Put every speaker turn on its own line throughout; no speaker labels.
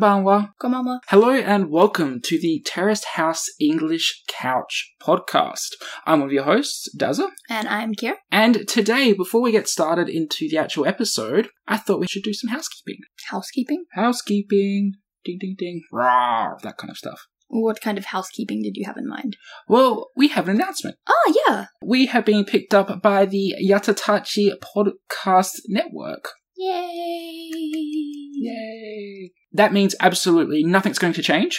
Konbanwa.
Konbanwa.
Hello and welcome to the Terraced House English Couch podcast. I'm one of your hosts, Dazza.
And I'm Kira.
And today, before we get started into the actual episode, I thought we should do some housekeeping.
Housekeeping?
Housekeeping, ding ding ding, rah, that kind of stuff.
What kind of housekeeping did you have in mind?
Well, we have an announcement.
Ah, yeah.
We have been picked up by the Yatatachi Podcast Network.
Yay.
Yay! That means absolutely nothing's going to change,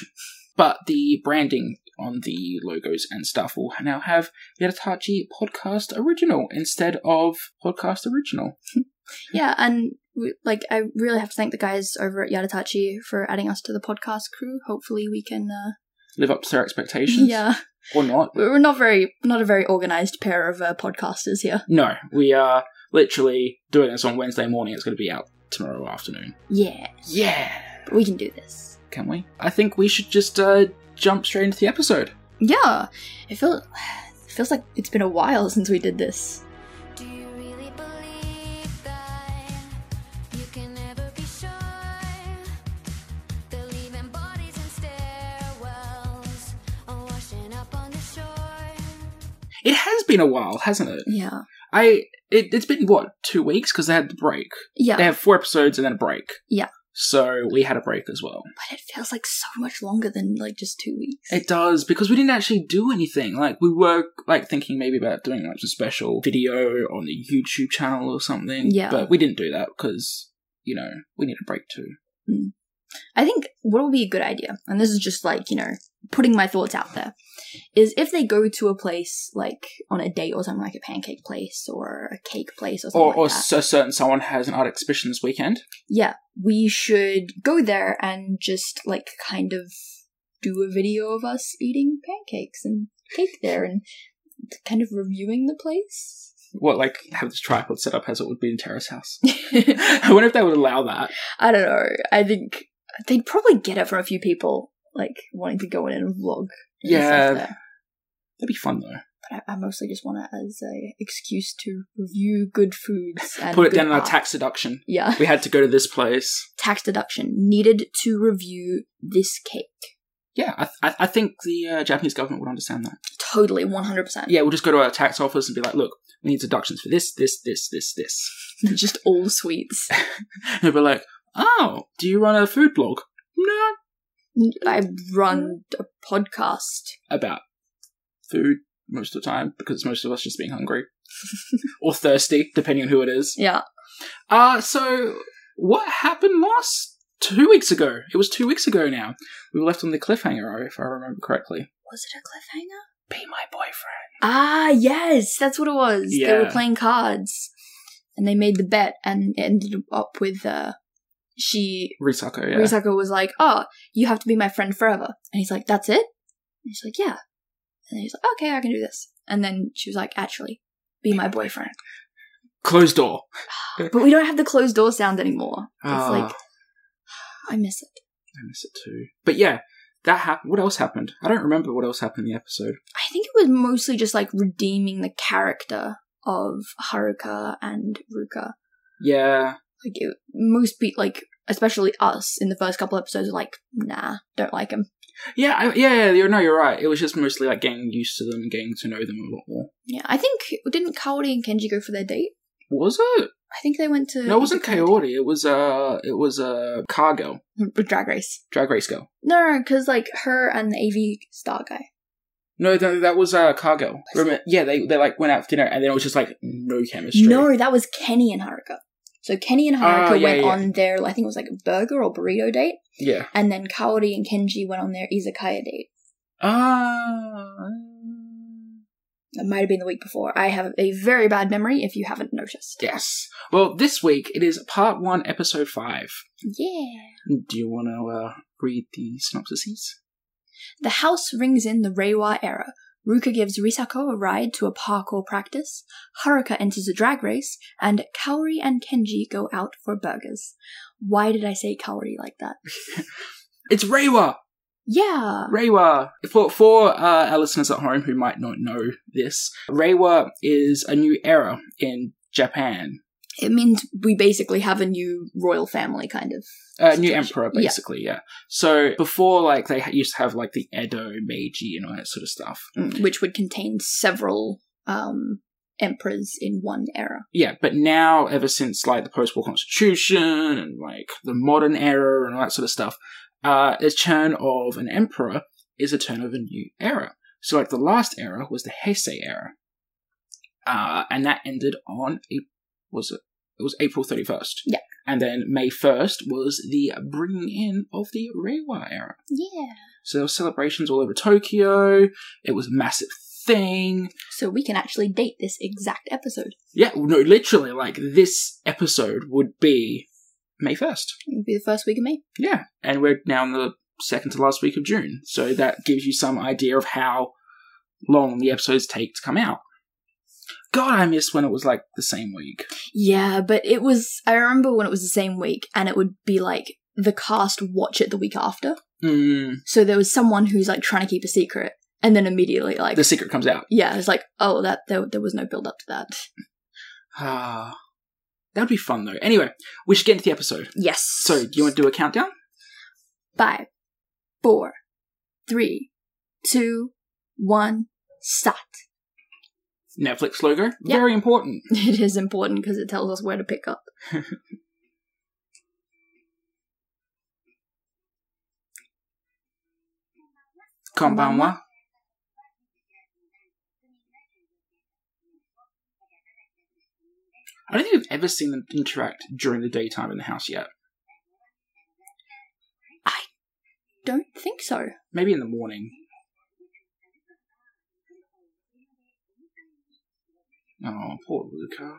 but the branding on the logos and stuff will now have Yatatachi Podcast Original instead of Podcast Original.
Yeah, and we, like I really have to thank the guys over at Yadatachi for adding us to the podcast crew. Hopefully we can uh
Live up to their expectations.
Yeah.
Or not.
We're we're not very not a very organized pair of uh, podcasters here.
No, we are literally doing this on Wednesday morning. It's going to be out tomorrow afternoon.
Yeah.
Yeah!
But we can do this.
Can we? I think we should just uh, jump straight into the episode.
Yeah. It feels it feels like it's been a while since we did this.
Do you really believe that you can never be sure? They're leaving bodies in stairwells or washing up on the shore.
It has been a while, hasn't it?
Yeah.
I it, it's been what two weeks because they had the break.
Yeah.
They have four episodes and then a break.
Yeah.
So we had a break as well.
But it feels like so much longer than like just 2 weeks.
It does because we didn't actually do anything. Like we were like thinking maybe about doing like a special video on the YouTube channel or something.
Yeah.
But we didn't do that because you know we need a break too.
I think what would be a good idea, and this is just like, you know, putting my thoughts out there, is if they go to a place like on a date or something like a pancake place or a cake place or something
Or
like
or
that.
s- a certain someone has an art exhibition this weekend.
yeah, we should go there and just like kind of do a video of us eating pancakes and cake there and kind of reviewing the place.
What like have this tripod set up as it would be in Terrace House. I wonder if they would allow that.
I don't know. I think they'd probably get it from a few people like wanting to go in and vlog. and stuff
Yeah.
there.
That'd be fun though.
but I, I mostly just want it as a excuse to review good foods and
Put it
good
down in our
art.
tax deduction.
Yeah,
We had to go to this place.
tax deduction needed to review this cake.
Yeah, I, th- I think the uh, Japanese government would understand that.
Totally, one hundred percent.
Yeah, we'll just go to our tax office and be like, look, we need deductions for this, this, this, this, this.
just all sweets.
And they'll be like, oh, do you run a food blog? No.
I run a podcast.
About food most of the time because most of us just being hungry or thirsty, depending on who it is.
Yeah,
Uh, so what happened last two weeks ago? It was two weeks ago now. We were left on the cliffhanger, if I remember correctly.
was it a cliffhanger?
Be my boyfriend.
Ah, yes, that's what it was. They were
Yeah.
playing cards, and they made the bet, and it ended up with uh, she
Risako, yeah.
Risako was like, "Oh, you have to be my friend forever," and he's like, "That's it." And she's like, "Yeah," and he's like, "Okay, I can do this." And then she was like, "Actually, be my boyfriend."
Closed door.
But we don't have the closed door sound anymore. It's
Ah.
like I miss it.
I miss it too. But yeah, that happened. What else happened? I don't remember what else happened in the episode.
I think it was mostly just like redeeming the character of Haruka and Ruka.
Yeah,
Like it, most be like, especially us in the first couple episodes, are like, "Nah, don't like him."
yeah, I, yeah, yeah. You're, no, you're right. It was just mostly like getting used to them, and getting to know them a lot more.
Yeah, I think didn't Kaori and Kenji go for their date?
Was it?
I think they went to
No, it wasn't
Kaori.
Coyote. It was uh, it was uh, car girl,
Drag Race.
drag race girl.
No, because like her and the AV star guy.
No, th- that was uh, car girl. Remember? Yeah, they they like went out for dinner, and then it was just like no chemistry.
No, that was Kenny and Haruka. So Kenny and Haruka
Ah, yeah,
went
yeah.
on their, I think it was like a burger or burrito date,
Yeah.
and then Kaori and Kenji went on their izakaya date.
Ah.
That might have been the week before. I have a very bad memory if you haven't noticed.
yes. Well, this week it is part one, episode five.
Yeah.
Do you want to uh, read the synopsises?
The house rings in the Reiwa era. Ruka gives Risako a ride to a parkour practice, Haruka enters a drag race, and Kaori and Kenji go out for burgers. Why did I say Kaori like that?
It's Reiwa.
Yeah.
Reiwa. For for uh, our listeners at home who might not know this, Reiwa is a new era in Japan.
It means we basically have a new royal family, kind of.
Uh, new
Situation.
emperor,
Yeah.
basically, yeah. So before, like, they ha- used to have, like, the Edo, Meiji, and all that sort of stuff.
Mm, which would contain several um, emperors in one era.
Yeah, but now, ever since, like, the post war constitution and, like, the modern era and all that sort of stuff, uh, the turn of an emperor is a turn of a new era. So, like, the last era was the Heisei era. Uh, and that ended on, Ap- was it? It was April 31st.
Yeah.
And then May 1st was the bringing in of the Reiwa era.
Yeah.
So there were celebrations all over Tokyo. It was a massive thing.
So we can actually date this exact episode.
Yeah, no, literally, like this episode would be May 1st.
It would be the first week of May.
Yeah. And we're now in the second to last week of June. So that gives you some idea of how long the episodes take to come out. God, I miss when it was like the same week.
Yeah, but it was. I remember when it was the same week, and it would be like the cast watch it the week after.
Mm,
So there was someone who's like trying to keep a secret, and then immediately like
the secret comes out.
yeah, it's like oh that there, there was no build up to that.
Ah, that'd be fun though. Anyway, we should get into the episode.
Yes.
So, do you want to do a countdown?
five, four, three, two, one, start.
Netflix logo.
Yeah.
Very important.
It is important because it tells us where to pick up.
Konbanwa. I don't think I've ever seen them interact during the daytime in the house yet.
Don't think so.
Maybe in the morning. Oh, poor Luca.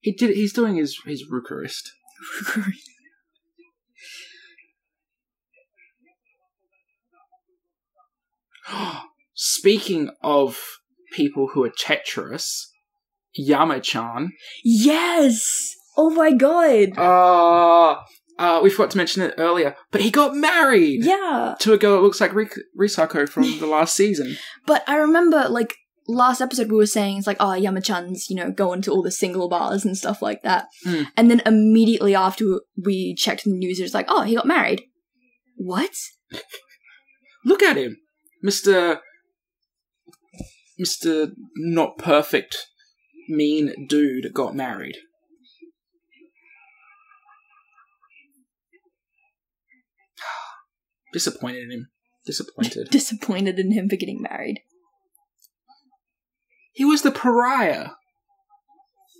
He did. He's doing his his Rookerist. Speaking of people who are treacherous, Yamachan.
yes! Oh my god!
Ah, uh, we forgot to mention it earlier, but he got married
Yeah.
to a girl that looks like Rik- Risako from the last season.
But I remember, like, last episode we were saying it's like, oh, Yamachan's, you know, going to all the single bars and stuff like that.
Hmm.
And then immediately after we checked the news, it was like, oh, he got married. What?
Look at him, Mister, Mister, not perfect, mean dude got married. Disappointed in him. Disappointed.
Disappointed in him for getting married.
He was the pariah.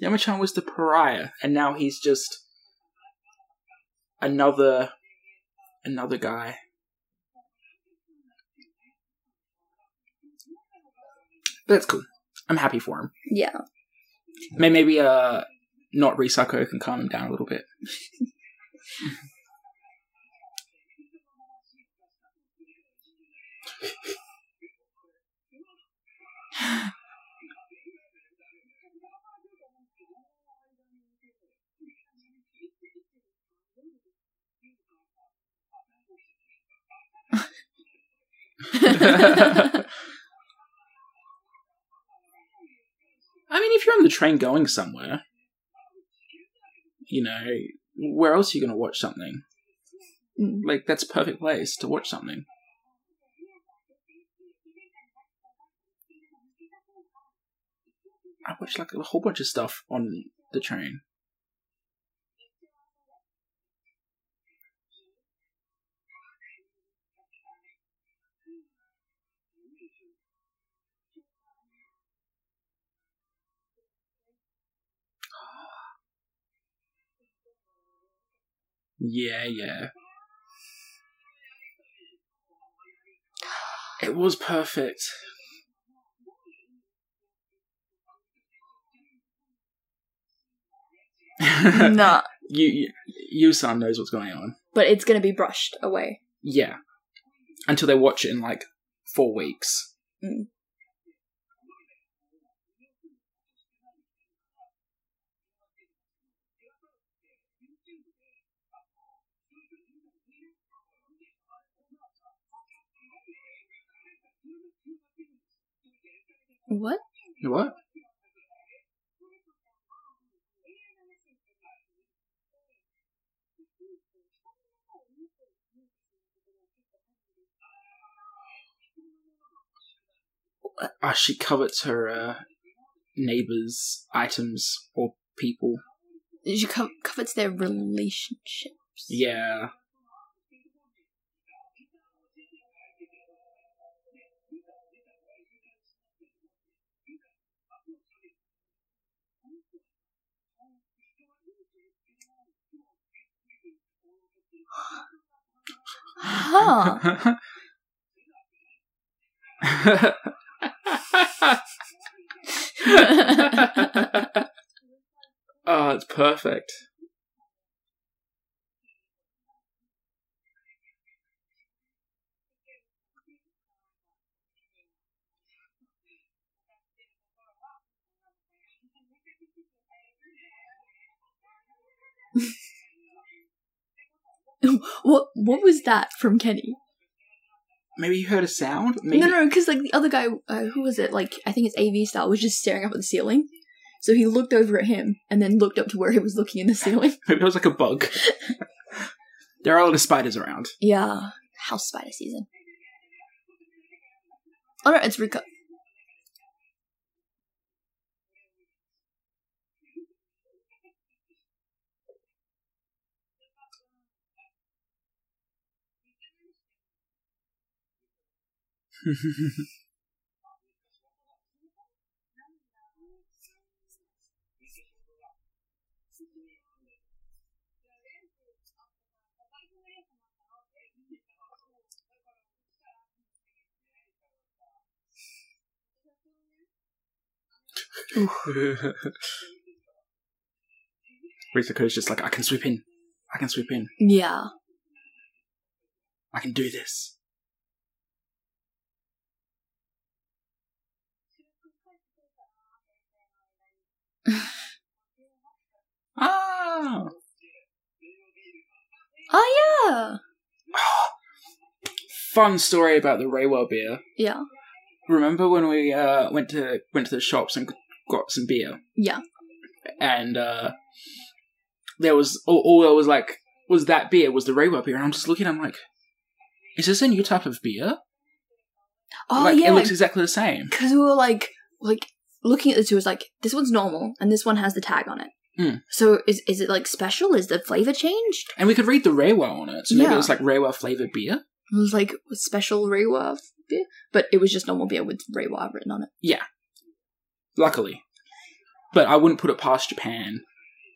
Yamachan was the pariah, and now he's just another another guy. But that's cool. I'm happy for him.
Yeah.
May- Maybe uh, not Risako can calm him down a little bit. I mean, if you're on the train going somewhere, you know, where else are you going to watch something?
Mm.
Like, that's a perfect place to watch something. I watched like a whole bunch of stuff on the train. Yeah, yeah. It was perfect.
nah.
you, you, you, son knows what's going on.
But it's gonna be brushed away.
Yeah. Until they watch it in like four weeks.
Mm. What?
What? Ah, she covets her uh, neighbor's items or people.
She co- covets their relationships.
Yeah.
Huh.
oh, it's perfect.
what What was that from Kenny?
Maybe you heard a sound? Maybe.
No, no, because like the other guy, uh, who was it? Like I think it's AV style was just staring up at the ceiling. So he looked over at him and then looked up to where he was looking in the ceiling.
Maybe it was like a bug. there are a lot of spiders around.
Yeah, house spider season. Oh no, it's Rika.
Risako's just like, I can sweep in. I can sweep in.
Yeah.
I can do this. ah!
Oh yeah.
Fun story about the Raywa beer.
Yeah.
Remember when we uh, went to went to the shops and got some beer,
Yeah.
and uh, there was all, all there was like was that beer was the Raywa beer, and I'm just looking, I'm like, is this a new type of beer?
Oh
like,
yeah.
it looks exactly the same.
because we were like like looking at the two it was like this one's normal and this one has the tag on it
Hmm.
so is is it like special is the flavor changed
And we could read the Reiwa on it, so maybe
Yeah.
it's like Reiwa flavored beer.
it was like special rewa beer but it was just normal beer with rewa written on it
Luckily, but I wouldn't put it past Japan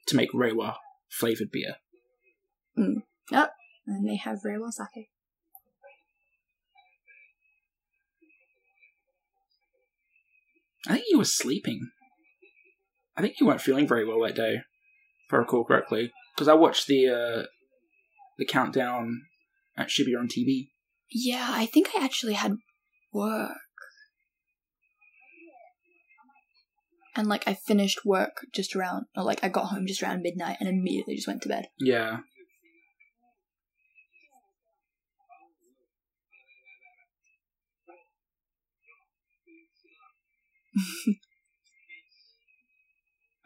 to make Reiwa flavored beer.
and they have rewa sake
I think you were sleeping. I think you weren't feeling very well that day, if I recall correctly, because I watched the uh, the countdown at Shibuya on TV.
yeah i think i actually had work and like i finished work just around or like i got home just around midnight and immediately just went to bed
Yeah.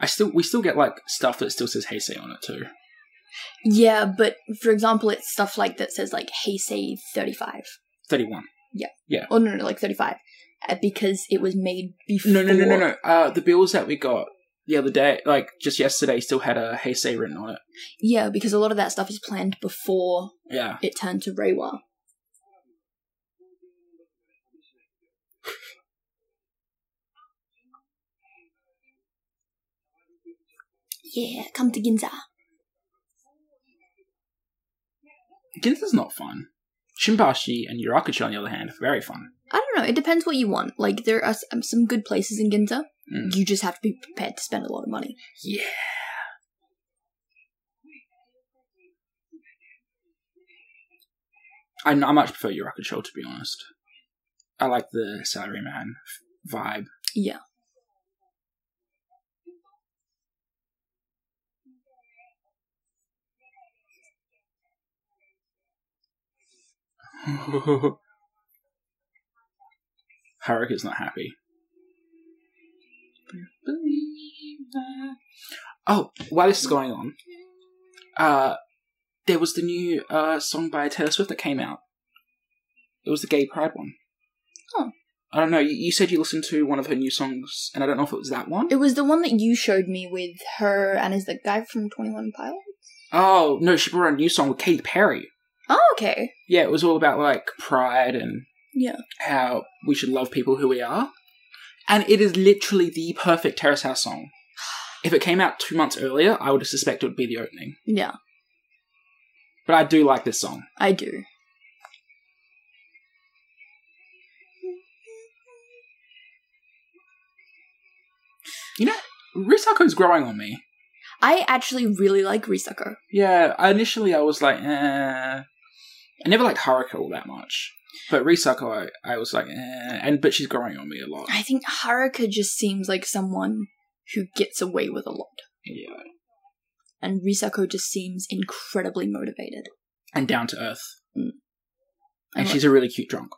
I still, we still get like stuff that still says Heisei on it too.
yeah but for example it's stuff like that says like heisei 35
Thirty-one.
Oh no, no, no, like thirty-five, uh, because it was made before.
No, no, no, no, no. Uh, the bills that we got the other day, like just yesterday, still had a Heisei written on it.
Yeah, because a lot of that stuff is planned before
Yeah.
it turned to Reiwa. Yeah, come to Ginza.
Ginza's not fun. Shimbashi and Yurakuchi, on the other hand, are very fun.
I don't know. It depends what you want. Like there are s- um, some good places in Ginza.
Mm.
You just have to be prepared to spend a lot of money.
Yeah. I, I much prefer Yurakuchi, to be honest. I like the salaryman f- vibe.
Yeah.
Haruka's not happy. Believe that. Oh, while this is going on, uh, there was the new uh, song by Taylor Swift that came out. It was the Gay Pride one.
Oh.
I don't know. You, you said you listened to one of her new songs, and I don't know if it was that one.
It was the one that you showed me with her and is the guy from Twenty One Pilots.
Oh no, she brought out a new song with Katy Perry.
Oh, okay.
Yeah, it was all about like pride and
Yeah.
how we should love people who we are. And it is literally the perfect Terrace House song. If it came out two months earlier, I would suspect it would be the opening.
Yeah,
But I do like this song.
I do.
Risako's growing on me.
I actually really like Risako.
Yeah, I- initially I was like, eh. I never liked Haruka all that much. But Risako, I, I was like, eh. And, but she's growing on me a lot.
I think Haruka just seems like someone who gets away with a lot.
Yeah.
And Risako just seems incredibly motivated.
And down to earth.
Mm.
And
I
she's a really cute drunk.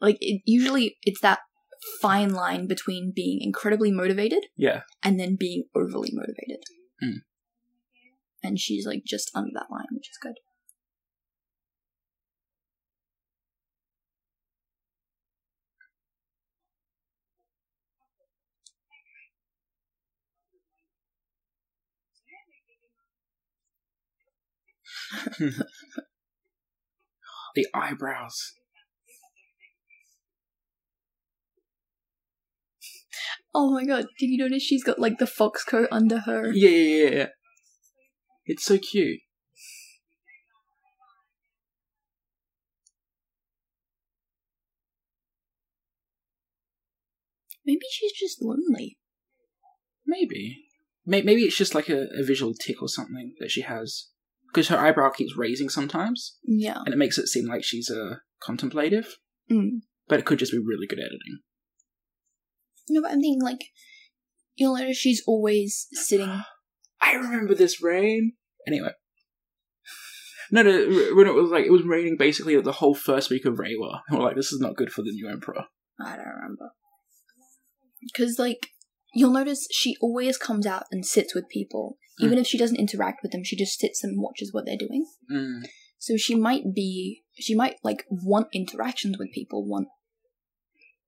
Like, it, usually it's that fine line between being incredibly motivated
Yeah.
and then being overly motivated.
Mm.
And she's like just under that line, which is good.
The eyebrows.
Oh my god, did you notice she's got like the fox coat under her?
Yeah, yeah, yeah, yeah. It's so cute.
Maybe she's just lonely.
Maybe. May- Maybe it's just like a, a visual tick or something that she has. Because her eyebrow keeps raising sometimes,
Yeah.
and it makes it seem like she's uh, contemplative.
Mm.
But it could just be really good editing.
No, but I'm thinking like, you'll notice she's always sitting.
I remember this rain. Anyway. No, no, r- when it was like, it was raining basically the whole first week of Reiwa. And we're like, this is not good for the new emperor.
I don't remember. Because like, you'll notice she always comes out and sits with people. Even if she doesn't interact with them, she just sits and watches what they're doing.
Mm.
So she might be, she might like want interactions with people, want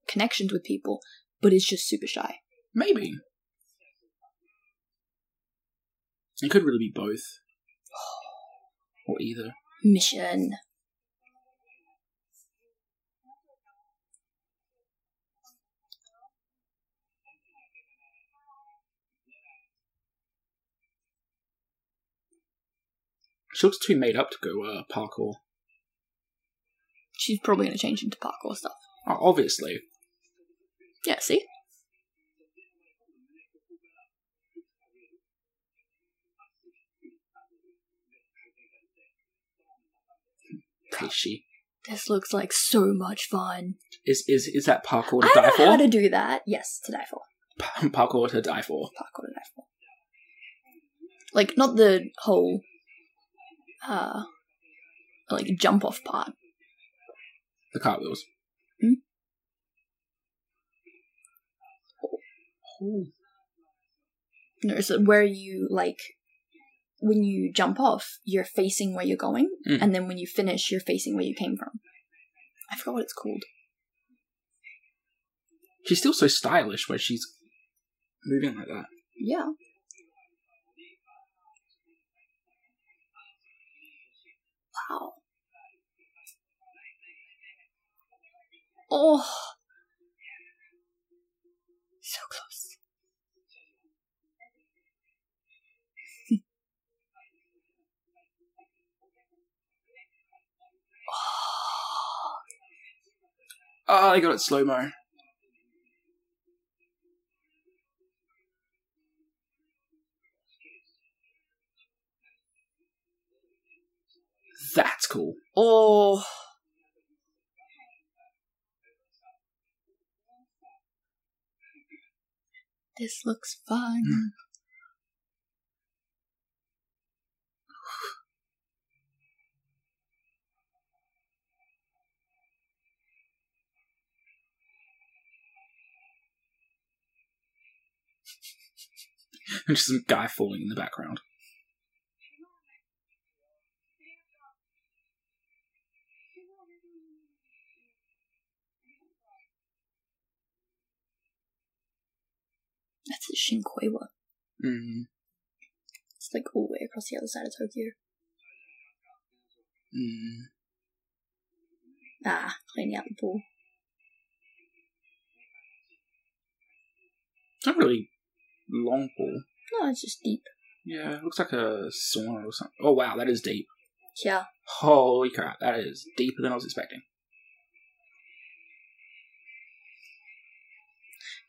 connections with people, but is just super shy.
Maybe. It could really be both. Or either.
Mission.
She looks too made up to go uh, parkour.
She's probably gonna change into parkour stuff.
Oh, obviously.
Yeah, see?
She
This looks like so much fun.
is is is that parkour to
I
die
know how
for?
to do that. Yes, to die for.
Pa- parkour to die for.
Parkour to die for. Like, not the whole, uh, like, jump off part.
The cartwheels.
Hmm?
Oh.
No, so where you, like, when you jump off, you're facing where you're going,
Mm.
and then when you finish, you're facing where you came from. I forgot what it's called.
She's still so stylish where she's moving like that.
Yeah. Wow. Oh. So close. oh.
Oh, they got it slow mo. That's cool.
Oh. This looks fun.
Hmm. and just some guy falling in the background.
That's at Shinkoiwa.
Mm,
It's like all the way across the other side of Tokyo.
mm.
Ah, playing out the pool.
It's not really long pool.
No, it's just deep.
Yeah, it looks like a sauna or something. Oh wow, that is deep.
Yeah.
Holy crap, that is deeper than I was expecting.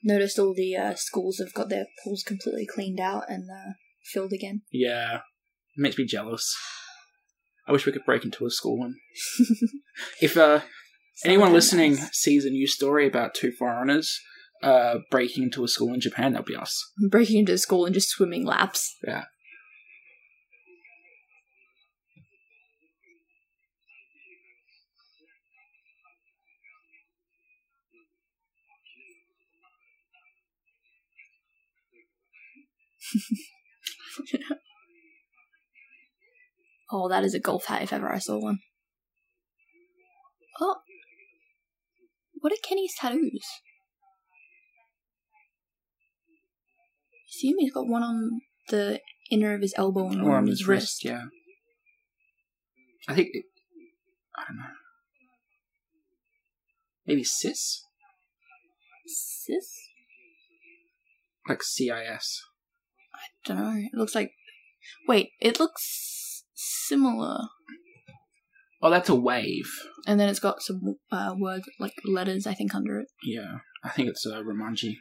Noticed all the uh, schools have got their pools completely cleaned out and uh, filled again.
Yeah, it makes me jealous. I wish we could break into a school one. If uh, anyone
Summertime
listening
nights.
sees a new story about two foreigners uh, breaking into a school in Japan, that'll be us.
breaking into school and just swimming laps.
Yeah.
Oh, that is a golf hat if ever I saw one. Oh. What are Kenny's tattoos? Assume he's got one on the inner of his elbow and one on his wrist.
yeah. I think. It, I don't know. Maybe cis?
Sis?
Like CIS.
don't know. It looks like. Wait, it looks similar.
Oh, that's a wave.
And then it's got some uh, words, like letters, I think, under it.
Yeah, I think it's uh, Romanji.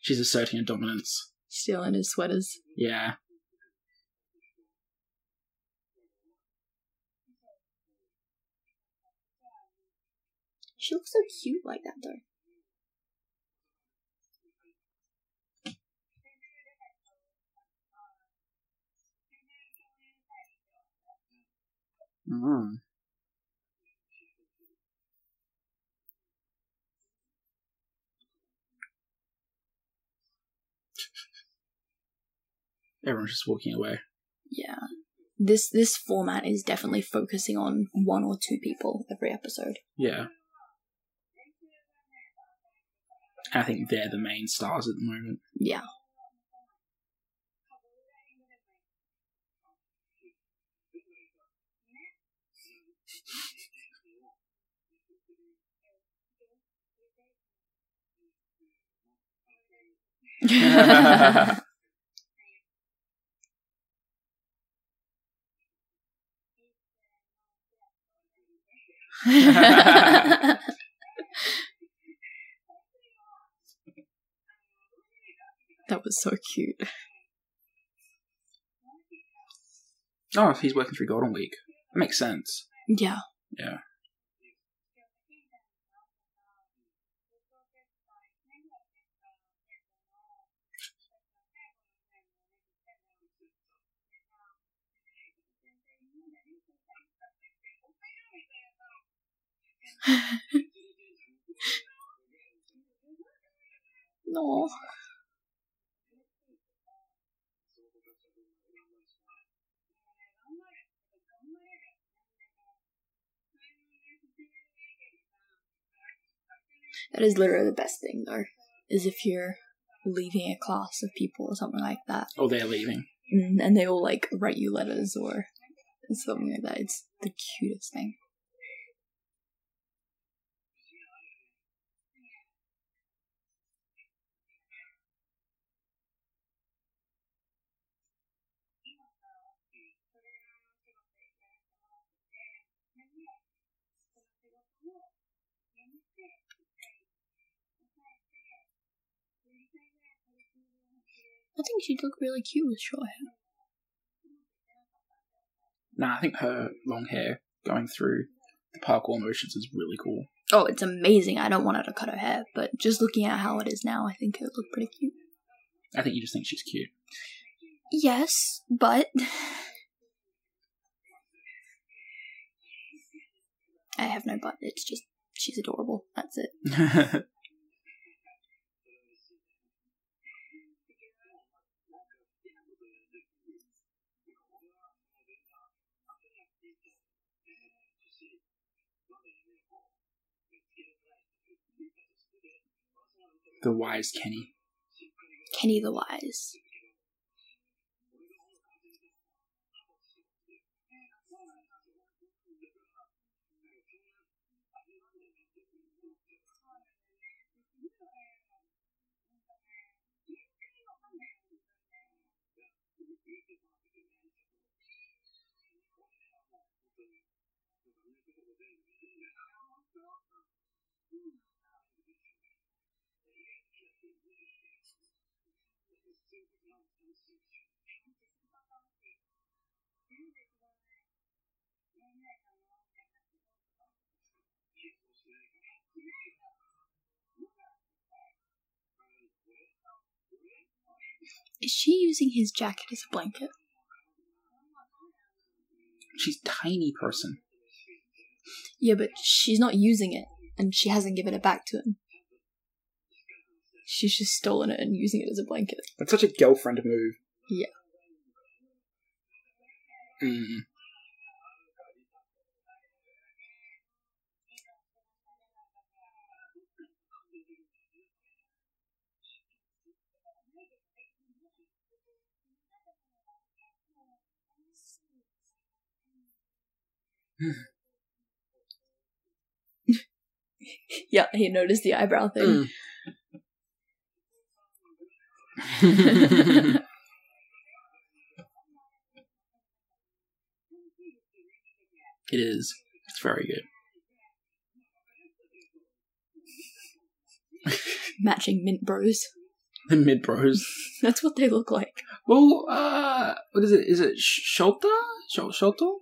She's asserting her dominance.
Still in his sweaters.
Yeah.
She looks so cute like that, though.
Mm. Everyone's just walking away.
Yeah. This this format is definitely focusing on one or two people every episode.
Yeah. I think they're the main stars at the moment.
Yeah. that was so cute.
Oh, if he's working through Golden Week. That makes sense.
Yeah.
Yeah.
No. That is literally the best thing, though, is if you're leaving a class of people or something like that,
Oh, they're leaving.
Mm, and and they all like write you letters or something like that. It's the cutest thing. I think she'd look really cute with short hair.
Nah, I think her long hair going through the parkour motions is really cool.
Oh, it's amazing. I don't want her to cut her hair, but just looking at how it is now, I think it would look pretty cute.
I think you just think she's cute.
Yes, but. I have no butt. It's just she's adorable. That's it.
the wise Kenny.
Kenny the Wise. Is she using his jacket as a blanket?
She's tiny person.
Yeah, but she's not using it, and she hasn't given it back to him. She's just stolen it and using it as a blanket.
That's such a girlfriend move.
Yeah.
Mm.
Yeah, he noticed the eyebrow thing.
Mm. it is. It's very good.
Matching mint bros.
The mid bros.
That's what they look like.
Well, uh, what is it? Is it Sh- Shota? Sh- Shoto?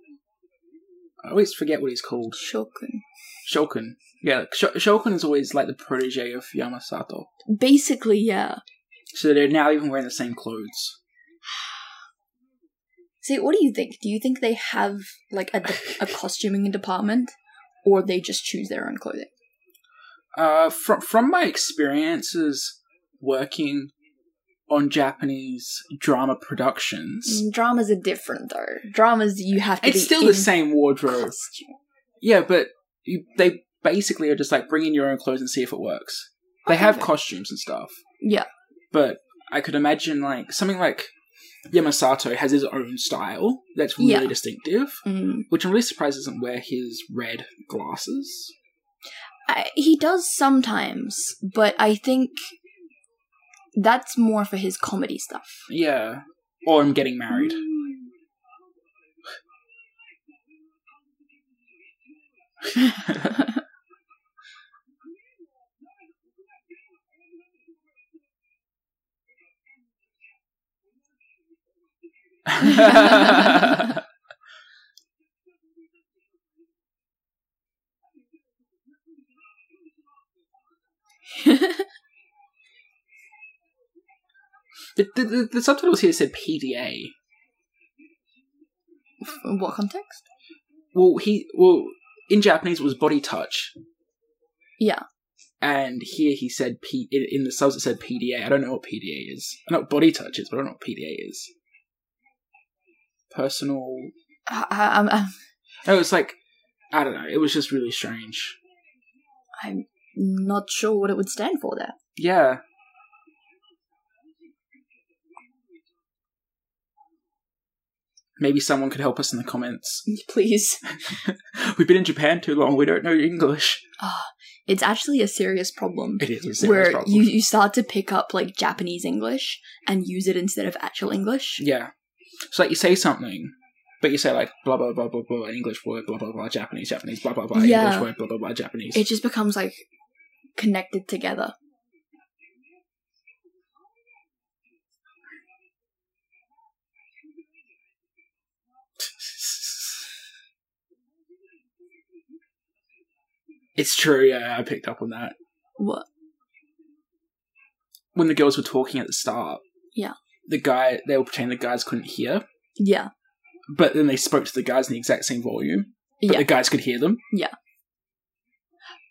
I always forget what he's called.
Shokun.
Shogun. Yeah, Sh- Shogun is always like the protege of Yamasato.
Basically, yeah.
So they're now even wearing the same clothes.
See, what do you think? Do you think they have like a, de- a costuming department, or they just choose their own clothing?
Uh, from from my experiences working on Japanese drama productions,
Mm, Dramas are different though. Dramas you have to.
it's
be
still
in
the same wardrobe.
costume.
Yeah, but you, they basically are just like bring in your own clothes and see if it works. They have
Okay.
costumes and stuff,
Yeah,
but I could imagine like something like Yamasato has his own style that's really
Yeah.
distinctive,
mm.
which I'm really surprised doesn't wear his red glasses.
I, he does sometimes, but I think that's more for his comedy stuff.
Yeah, or I'm getting married. The, the, the, the subtitles here said PDA.
In what context?
Well, he well in Japanese it was body touch,
Yeah.
and here he said P in, in the subs it said PDA. I don't know what PDA is. I know what body touch is, but I don't know what PDA is. Personal.
I, I, I'm, I'm
No, Oh, it's like I don't know. It was just really strange.
not sure what it would stand for there.
Yeah. Maybe someone could help us in the comments.
Please.
We've been in Japan too long. We don't know English.
Ah, it's actually a serious problem.
It is a
where
serious problem.
You, you start to pick up like Japanese English and use it instead of actual English.
Yeah. So like you say something, but you say like blah blah blah blah blah an English word blah blah blah Japanese Japanese blah blah blah
Yeah.
English word blah blah blah Japanese.
It just becomes like connected together.
it's true. Yeah, I picked up on that
What?
when the girls were talking at the start.
Yeah.
The guy they were pretending the guys couldn't hear,
Yeah.
but then they spoke to the guys in the exact same volume, but
Yeah.
the guys could hear them.
Yeah.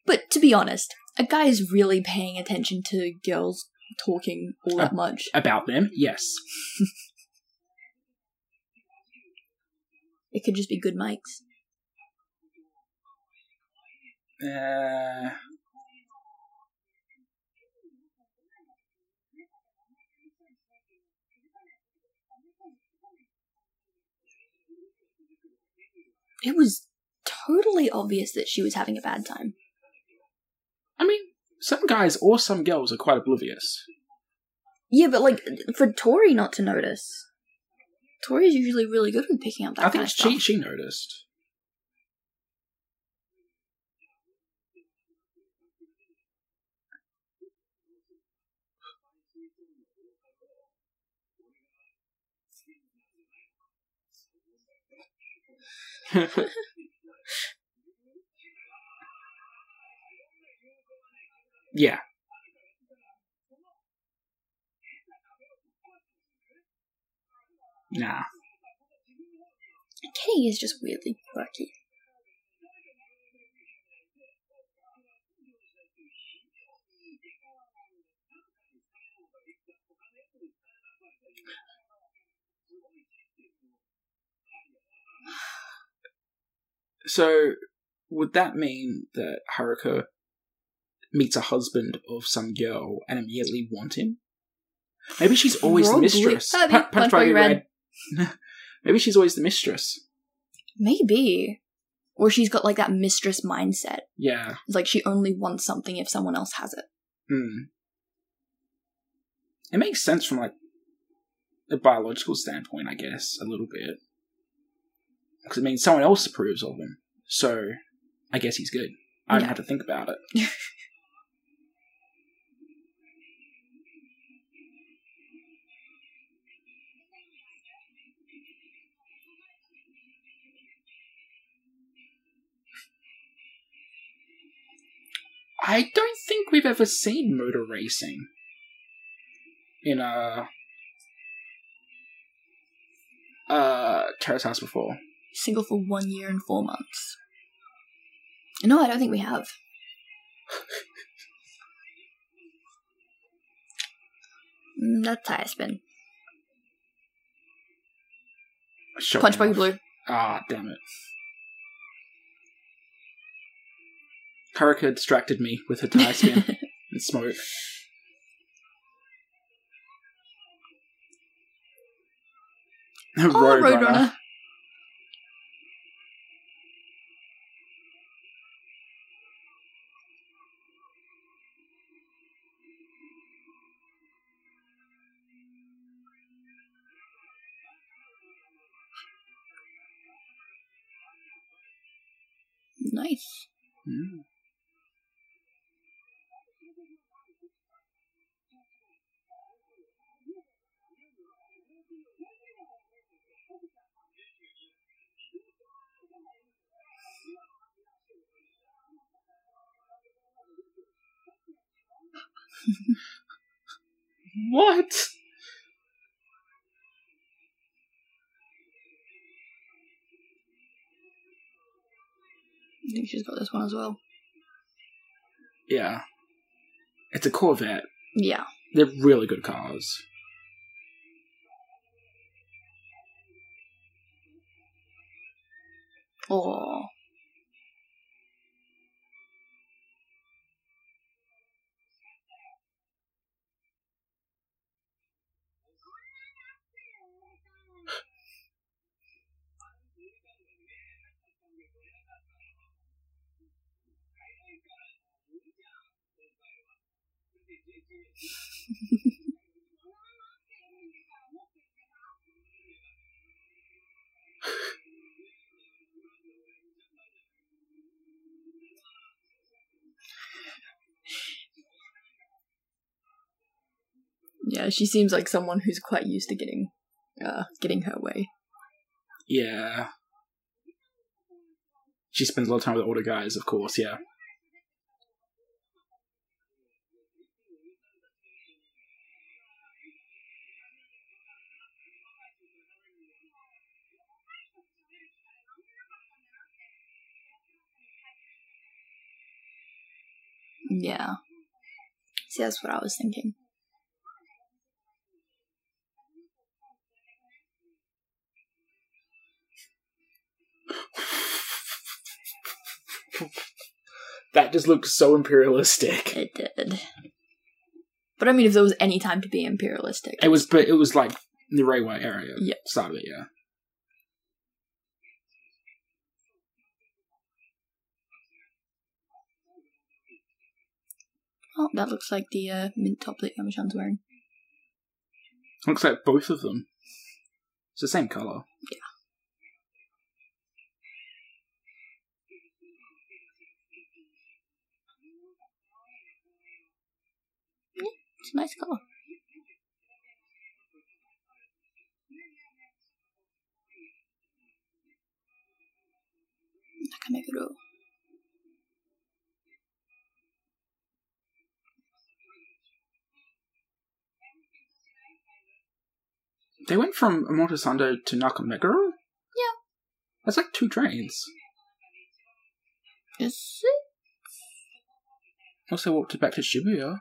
But to be honest, a guy is really paying attention to girls talking all
Ah.
that much.
About them, yes.
It could just be good mics.
Uh,
It was totally obvious that she was having a bad time.
I mean, some guys or some girls are quite oblivious.
Yeah, but like for Tori not to notice. Tori's usually really good with picking up that
I
kind
think
of
she
stuff.
she noticed. yeah. Nah.
Kenny is just weirdly quirky.
So, would that mean that Haruka meets a husband of some girl and immediately want him? Maybe she's always
Probably.
the mistress.
That'd be
Punch- Punch
Punch Bowl
Bowl
Red.
Red. Maybe she's always the mistress.
Maybe. Or she's got like that mistress mindset.
Yeah.
It's like she only wants something if someone else has it.
Hmm. It makes sense from like a biological standpoint, I guess, a little bit. Because it means someone else approves of him, so I guess he's good. I don't
Yeah.
have to think about it. I don't think we've ever seen motor racing in uh uh Terrace House before.
Single for one year and four months. No, I don't think we have. Mm, That's how it's been.
Sure
Punch Buggy
enough.
Blue.
Ah, damn it. Haruka distracted me with her tie spin and smoke.
Oh, Roadrunner. Nice.
Mm. What?
I think she's got this one as well.
Yeah. It's a Corvette.
Yeah.
They're really good cars.
Oh. Yeah, she seems like someone who's quite used to getting uh getting her way.
Yeah. She spends a lot of time with older guys, of course, yeah.
Yeah. See, that's what I was thinking.
That just looks so imperialistic.
It did. But I mean, if there was any time to be imperialistic,
It was, but it was like the railway area.
Yeah.
Start of it, yeah.
oh, that looks like the uh, mint top that Yamachan's wearing.
Looks like both of them. It's the same color.
It's a nice color. Nakameguro.
They went from Omotesando to Nakameguro?
Yeah.
That's like two trains.
Is it?
Unless they walked back to Shibuya.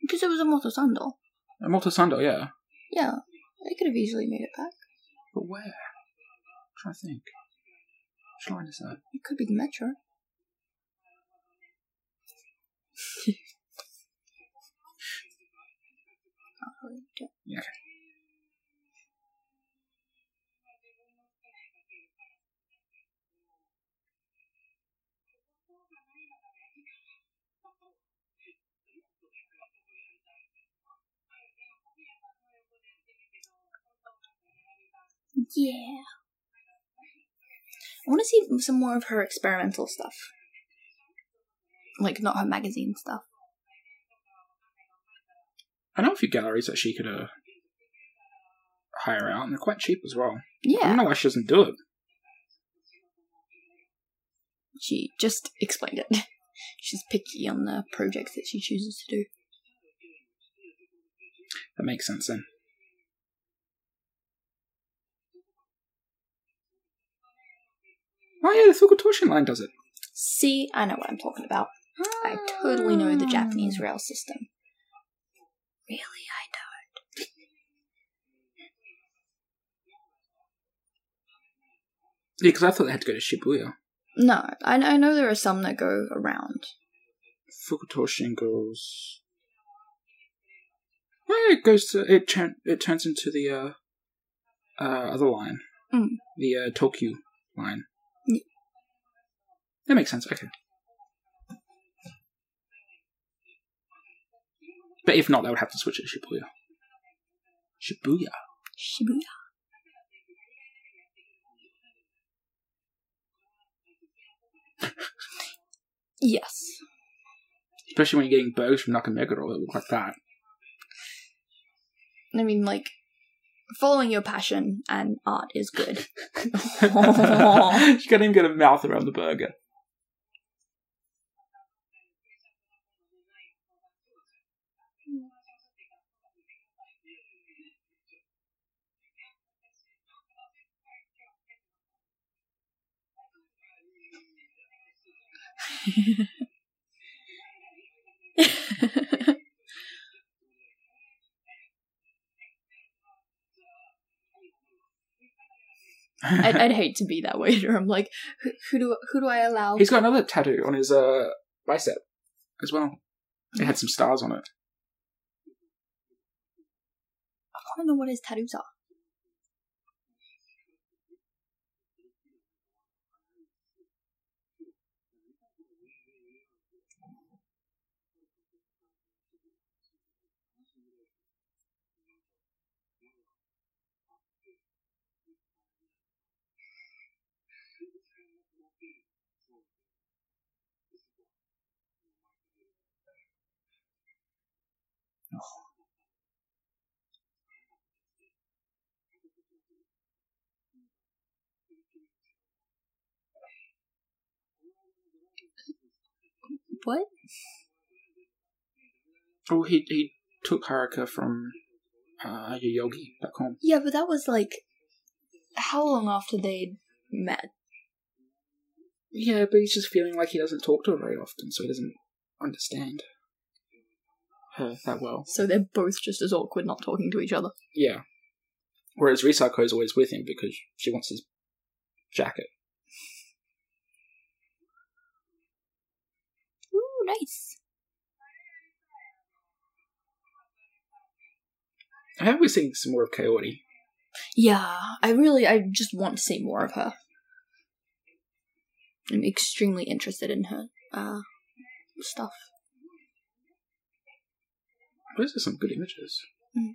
Because it was a motor sandal.
Omotesando, yeah.
Yeah, they could have easily made it back.
But where? I'm trying to think. Which line is that?
It could be the metro. Oh, yeah. Yeah. I want to see some more of her experimental stuff. Like, not her magazine stuff.
I know a few galleries that she could uh, hire out, and they're quite cheap as well. I
Yeah.
don't know why she doesn't do it.
She just explained it. She's picky on the projects that she chooses to do.
That makes sense then. Oh yeah, the Fukutoshin line does it.
See, I know what I'm talking about. I totally know the Japanese rail system. Really, I don't.
Yeah, because I thought they had to go to Shibuya.
No, I, I know there are some that go around.
Fukutoshin goes. Oh yeah, it goes to it. Turn, it turns into the uh, uh other line,
Mm.
the uh, Tokyo line.
Yeah.
That makes sense. Okay. But if not, they would have to switch it to Shibuya. Shibuya.
Shibuya. yes.
Especially when you're getting burgers from Nakameguro, it look like that.
I mean, like, following your passion and art is good.
she can't even get a mouth around the burger.
I'd, I'd hate to be that waiter. I'm like, who, who do who do I allow?
He's got another tattoo on his uh, bicep as well. It had some stars on it.
I want to know what his tattoos are. What?
Oh, he he took Haruka from uh, Yoyogi back home.
Yeah, but that was like, how long after they'd met?
Yeah, but he's just feeling like he doesn't talk to her very often, so he doesn't understand her that well.
So they're both just as awkward not talking to each other.
Yeah. Whereas Risako's always with him because she wants his jacket.
Ooh, nice.
I hope we're seeing some more of Coyote.
Yeah, I really, I just want to see more of her. I'm extremely interested in her uh, stuff.
Those are some good images.
Mm.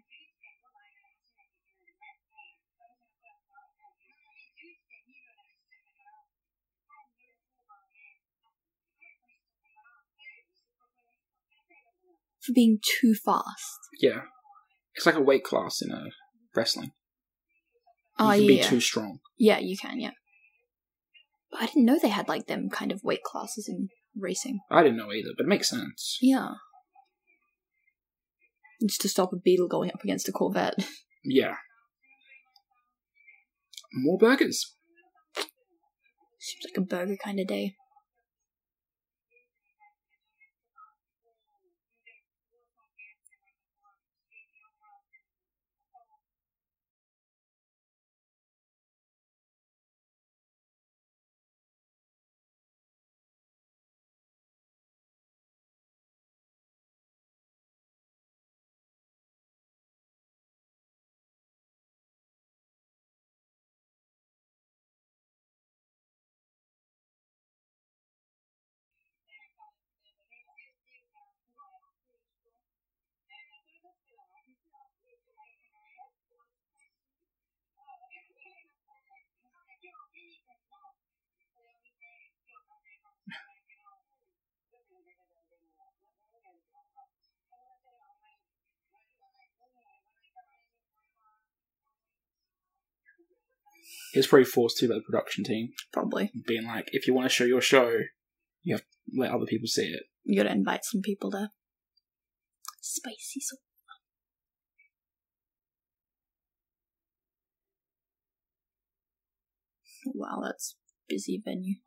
For being too fast.
Yeah. It's like a weight class in a wrestling. You
Oh,
can
yeah.
be too strong.
yeah, you can, yeah. But I didn't know they had like them kind of weight classes in racing.
I didn't know either, but it makes sense.
Yeah. Just to stop a beetle going up against a Corvette.
Yeah. More burgers.
Seems like a burger kind of day.
It was probably forced to by the production team,
Probably.
being like, if you want to show your show, you have to let other people see it.
You gotta invite some people there. Spicy sauce. Wow, that's busy venue.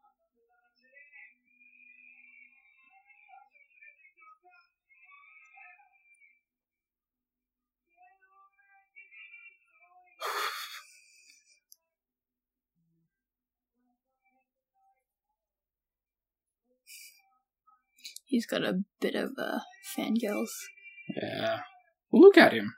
He's got a bit of uh, fangirls.
Yeah. Well, look at him.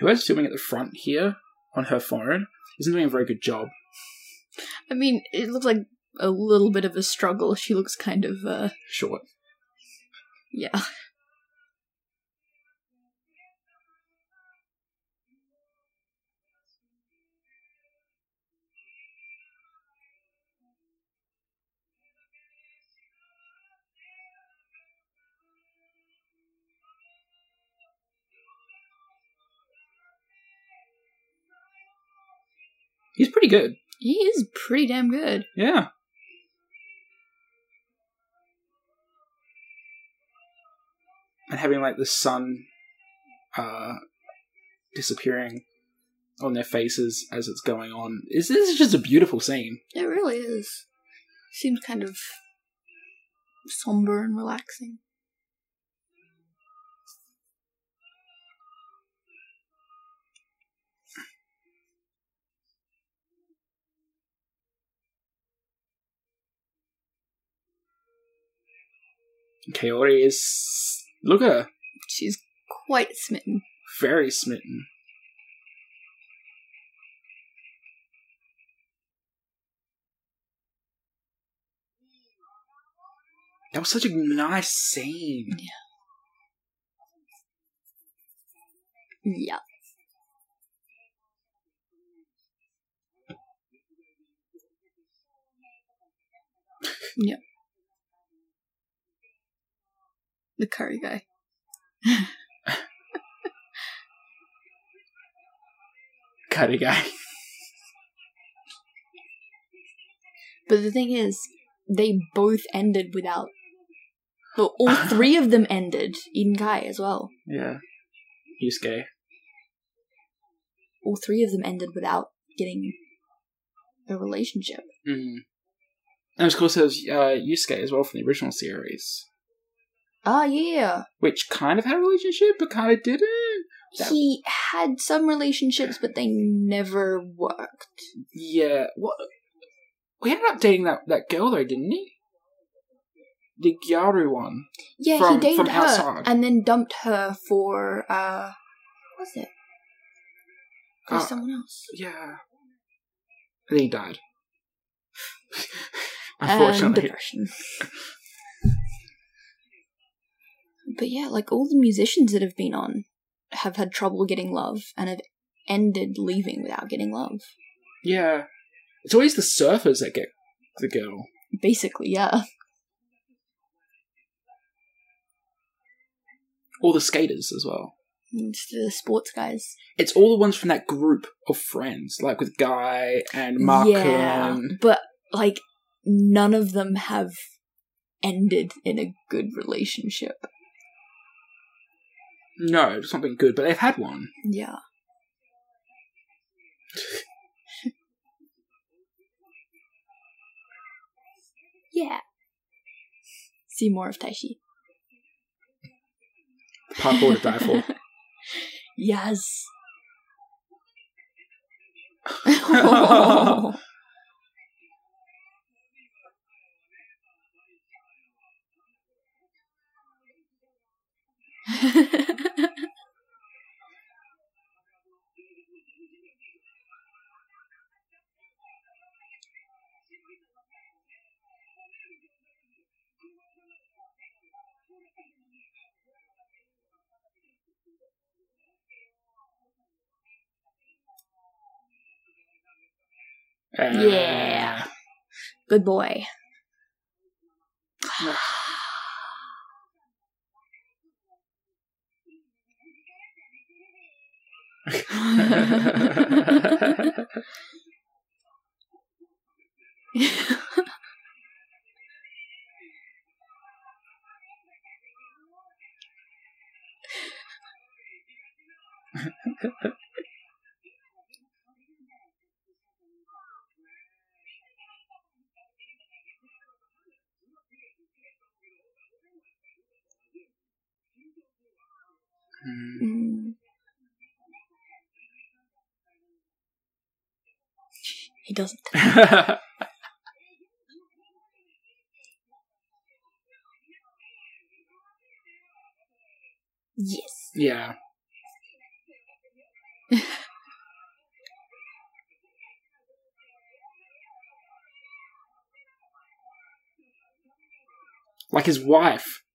Whoever's filming at the front here on her phone isn't doing a very good job.
I mean, it looks like a little bit of a struggle. She looks kind of, uh,
Short.
yeah.
He's pretty good.
He is pretty damn good.
Yeah. And having like the sun uh disappearing on their faces as it's going on. Is this is just a beautiful scene.
It really is. Seems kind of somber and relaxing.
Kaori is look at her,
She's quite smitten.
very smitten. That was such a nice scene.
Yeah. yeah. the curry guy.
Cutty guy.
But the thing is, they both ended without. Well, all three of them ended. Eden Kai as well.
Yeah. He's gay.
All three of them ended without getting a relationship.
Mm. And of course, there's uh, Yusuke as well from the original series,
Ah, yeah.
which kind of had a relationship, but kind of didn't. That-
He had some relationships, but they never worked.
Yeah, what? We ended up dating that, that girl though, didn't he? The Gyaru one.
Yeah, he
From-
dated
from
her
outside.
and then dumped her for uh, what was it? For
Uh,
someone else.
Yeah. And he died.
And
Unfortunately.
Um, depression. but yeah, like all the musicians that have been on have had trouble getting love and have ended leaving without getting love.
yeah. It's always the surfers that get the girl.
Basically, yeah.
Or the skaters as well.
It's the sports guys.
It's all the ones from that group of friends, like with Guy and Mark
Yeah,
and
but like none of them have ended in a good relationship.
No, it's not been good, but they've had one.
Yeah. yeah. See more of Taishi.
Parkour to die for.
yes. Yeah. Good boy.
No. Mm.
Mm. He doesn't. Yes.
yeah. like his wife.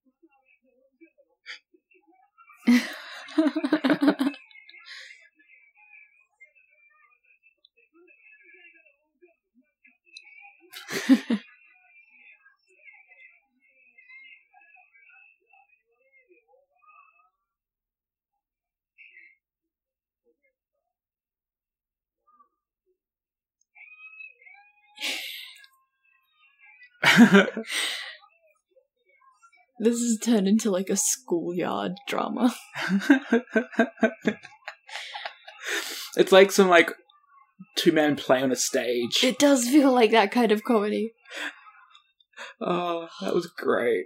this has turned into like a schoolyard drama.
it's like some like two men play on a stage.
It does feel like that kind of comedy.
oh, that was great.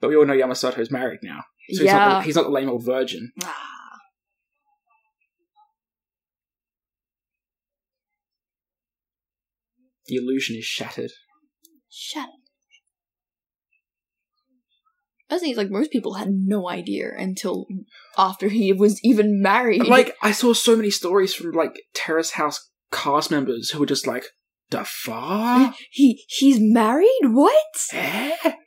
But we all know Yamasato is married now, so he's, not
yeah.
the, he's not the lame old virgin.
Ah.
The illusion is shattered.
Shut up. I think like most people had no idea until after he was even married.
Like I saw so many stories from like Terrace House cast members who were just like, "The fuck."
he he's married? What?
Eh?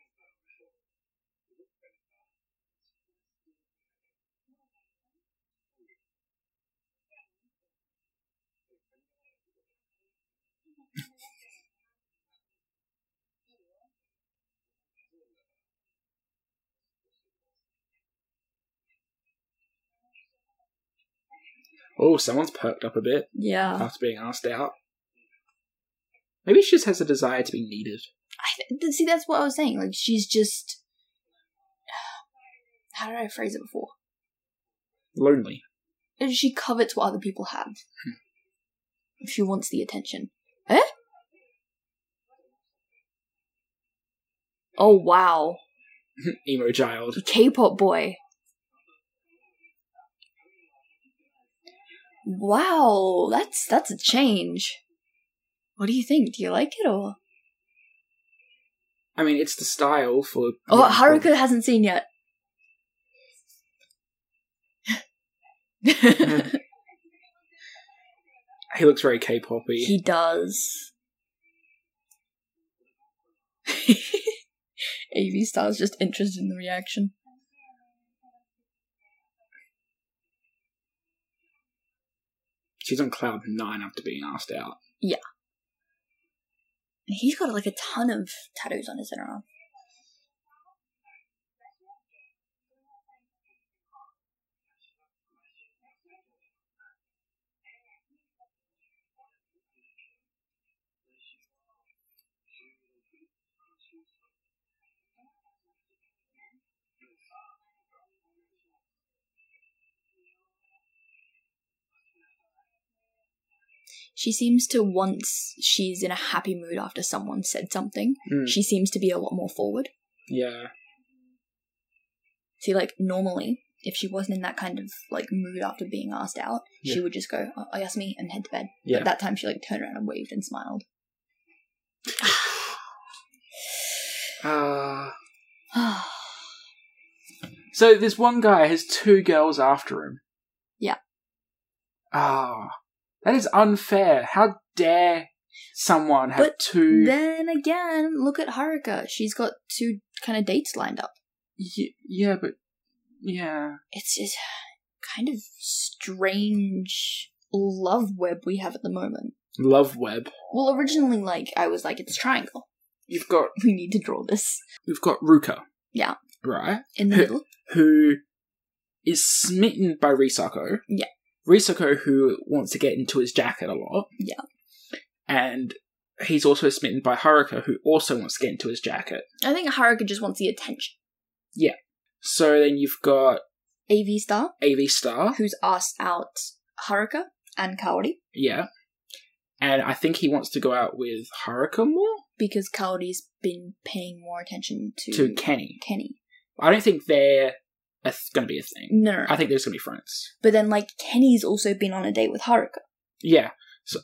Oh, someone's perked up a bit
Yeah.
after being asked out. Maybe she just has a desire to be needed.
I, th- see, that's what I was saying. Like, she's just. How did I phrase it before?
Lonely.
And She covets what other people have. She wants the attention. Eh? Oh, wow.
Emo child.
K pop boy. Wow, that's that's a change. What do you think? Do you like it or?
I mean, it's the style for.
Oh,
young
Haruka
people.
hasn't seen yet.
He looks very K poppy.
he does. AV Star's just interested in the reaction.
She's on cloud nine after being asked out.
And He's got like a ton of tattoos on his inner arm. She seems to, once she's in a happy mood after someone said something,
Hmm,
she seems to be a lot more forward.
Yeah.
See, like, normally, if she wasn't in that kind of, like, mood after being asked out, she
Yeah.
would just go, oh, yes, me, and head to bed.
Yeah.
But that time she, like, turned around and waved and smiled.
Uh, so this one guy has two girls after him.
Yeah.
Ah. that is unfair. How dare someone have
But
two.
then again, look at Haruka. She's got two kind of dates lined up.
Y- yeah, but. Yeah.
It's just kind of strange love web we have at the moment.
Love web.
Well, originally, like, I was like, it's triangle.
You've got.
We need to draw this
We've got Ruka.
Yeah.
Right?
in the middle.
who is smitten by Risako.
Yeah.
Risako, who wants to get into his jacket a lot.
Yeah.
And he's also smitten by Haruka, who also wants to get into his jacket.
I think Haruka just wants the attention.
So then you've got
AV Star,
AV Star.
who's asked out Haruka and Kaori
Yeah. And I think he wants to go out with Haruka more?
because Kaori's been paying more attention to,
To Kenny.
Kenny.
I don't think they're a th- going to be a thing.
No, no, no.
I think there's going to be friends.
but then like Kenny's also been on a date with Haruka.
Yeah. So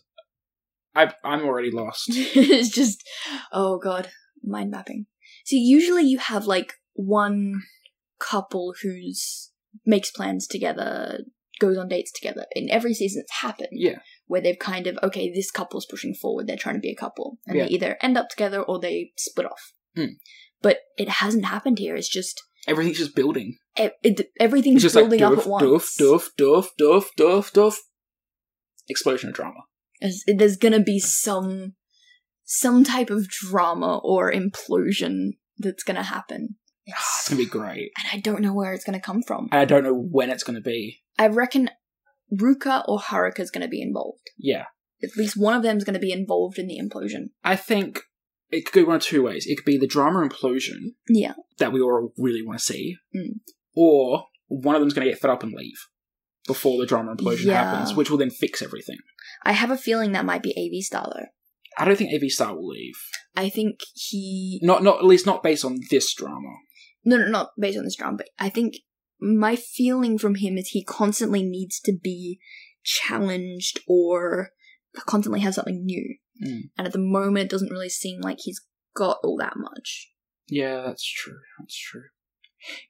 I, I'm already lost.
it's just, oh god, mind mapping. See, usually you have like one couple who's makes plans together, goes on dates together. In every season, it's happened.
Yeah.
where they've kind of okay, this couple's pushing forward, they're trying to be a couple, and
Yeah.
they either end up together or they split off.
Hmm.
But it hasn't happened here. It's just
Everything's just building.
it, it, everything's
It's just like
building
doof,
up at once.
doof, doof, doof, doof, doof, doof. Explosion of drama.
There's, there's gonna be some some type of drama or implosion that's gonna happen. Ah,
It's
It's,
gonna be great.
and I don't know where it's gonna come from.
And I don't know when it's gonna be.
I reckon Ruka or Haruka's gonna be involved.
Yeah.
At least one of them's gonna be involved in the implosion.
I think it could go one of two ways. It could be the drama implosion
Yeah.
that we all really want to see,
Mm.
or one of them's gonna get fed up and leave before the drama implosion
Yeah.
happens, which will then fix everything. I
I have a feeling that might be AV Star though.
I don't think AV Star will leave.
I think he
Not not at least not based on this drama.
no, no, not based on this drama, but I think my feeling from him is he constantly needs to be challenged or constantly have something new.
Mm.
And at the moment, it doesn't really seem like he's got all that much.
Yeah, that's true. That's true.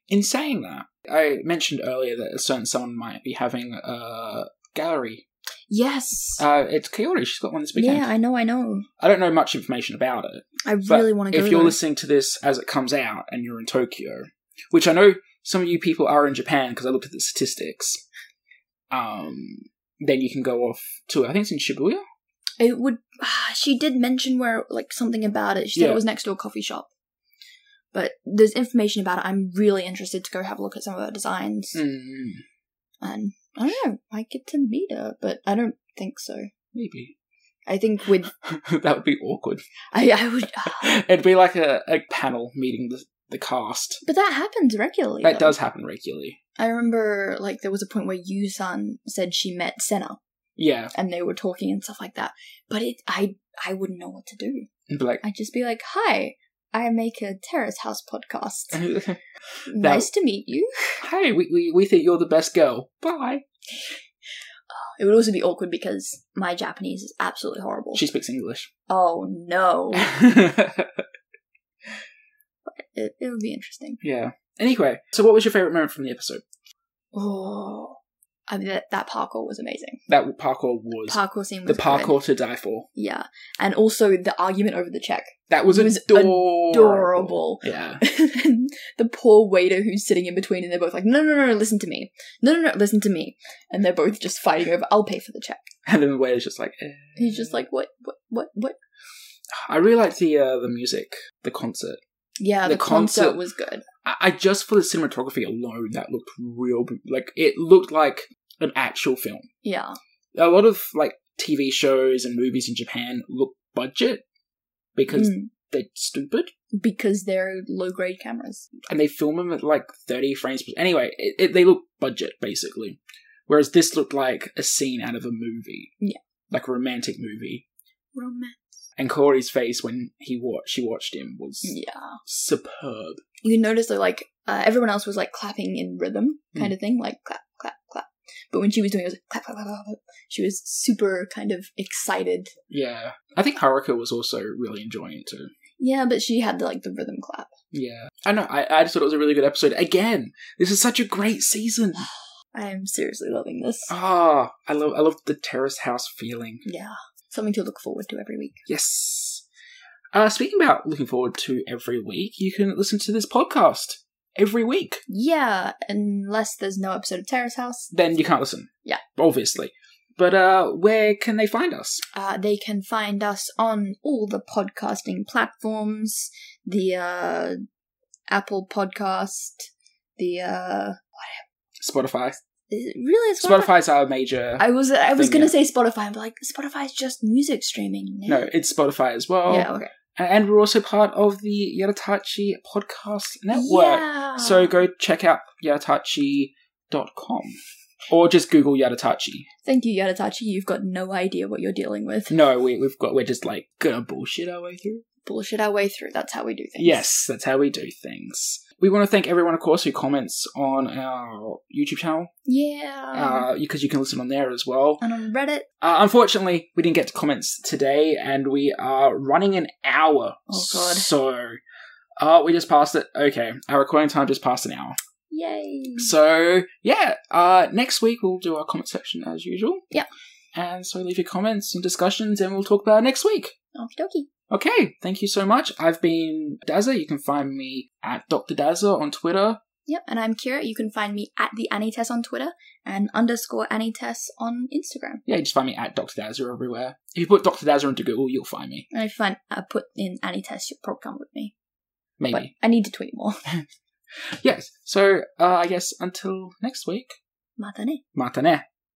In saying that, I mentioned earlier that a certain someone might be having a gallery.
Yes.
Uh, it's Kaori. She's got one this weekend.
yeah, I know, I know.
I don't know much information about it.
I
But
really want to go.
if you're
there.
listening to this as it comes out and you're in Tokyo, which I know some of you people are in Japan because I looked at the statistics, um, then you can go off to I think it's in Shibuya.
it would. she did mention where, like, something about it. She said
Yeah.
it was next to a coffee shop. But there's information about it. I'm really interested to go have a look at some of her designs
Mm.
and I don't know. I get to meet her, but I don't think so.
Maybe.
I think with
that would be awkward.
I, I would,
It'd be like a, a panel meeting the, the cast.
but that happens regularly.
That
though.
does happen regularly.
I remember, like, there was a point where Yu San said she met Senna,
Yeah.
and they were talking and stuff like that. But it, I, I wouldn't know what to do.
And be like,
I'd just be like, "Hi, I make a terrace house podcast.
hey,
nice to meet you."
we, we, we think you're the best girl. Bye.
It would also be awkward because my Japanese is absolutely horrible.
She speaks English.
oh no,
yeah.
it, it would be interesting.
Anyway, so what was your favourite moment from the episode?
Oh, I mean that, that parkour was amazing.
That parkour was
Parkour scene
the
was good.
parkour to die for.
Yeah, and also the argument over the check.
That was,
It was
adorable.
adorable.
Yeah.
the poor waiter who's sitting in between, and they're both like, "No, no, no, no, listen to me. No, no, no, listen to me." And they're both just fighting over, "I'll pay for the check."
And then the waiter's just like, eh.
He's just like, "What? What? What? What?"
I really liked the uh, the music, the concert.
Yeah,
The
the, concert,
concert-
was good.
I, I just for the cinematography alone, that looked real. Like it looked like an actual film.
Yeah,
A lot of like TV shows and movies in Japan look budget because
Mm.
they're stupid
because they're low grade cameras.
and they film them at like thirty frames per. Anyway, it, it, they look budget basically, whereas this looked like a scene out of a movie.
Yeah.
like a romantic movie.
Romance.
And Corey's face when he wa- she watched him was
Yeah,
superb.
you can notice though, like uh, everyone else was like clapping in rhythm kind of thing, like clap, clap, clap. But when she was doing it, it was clap, clap, clap, clap, clap. She was super kind of excited.
Yeah, I think Haruka was also really enjoying it too.
Yeah, but she had like the rhythm clap.
Yeah. I know. I, I just thought it was a really good episode. Again, this is such a great season.
I am seriously loving this.
Ah, I love I love the terrace house feeling.
Yeah. Something to look forward to every week.
Yes. Uh, speaking about looking forward to every week, you can listen to this podcast every week.
Yeah, unless there's no episode of Terrace House,
Then you can't listen.
Yeah.
Obviously. But uh, where can they find us?
uh, they can find us on all the podcasting platforms, the uh, Apple Podcast, the uh,
Spotify.
is it really it's Spotify.
Spotify's our major.
I was I was
Thing,
gonna
yeah.
say Spotify. I'm like Spotify's just music streaming.
no, it's Spotify as well.
yeah, okay.
And we're also part of the Yatatachi Podcast Network.
Yeah.
So go check out yatatachi.com or just Google Yatatachi.
thank you, Yadatachi. You've got no idea what you're dealing with.
No, we, we've got, we're just like gonna bullshit our way through.
Bullshit our way through. That's how we do things.
Yes, that's how we do things. We want to thank everyone, of course, who comments on our YouTube channel
Yeah.
because you can listen on there as well.
and on Reddit,
Uh, unfortunately, we didn't get to comments today, and we are running an hour.
Oh, God.
So, uh, we just passed it. Okay, our recording time just passed an hour.
yay.
So yeah, uh, next week we'll do our comment section as usual.
Yeah.
And so leave your comments and discussions, and we'll talk about it next week.
Okie dokie.
Okay, thank you so much. I've been Dazza. You can find me at Dr. Dazza on Twitter.
Yep, and I'm Kira. You can find me at the Annie Tess on Twitter and underscore Annie Tess on Instagram.
Yeah, you just find me at Dr. Dazza everywhere. If you put Dr. Dazza into Google, you'll find me.
And if you find uh, put in Annie Tess, you'll probably come with me. But
Maybe.
I need to tweet more.
Yes. So uh, I guess until next week,
Matane.
mata ne.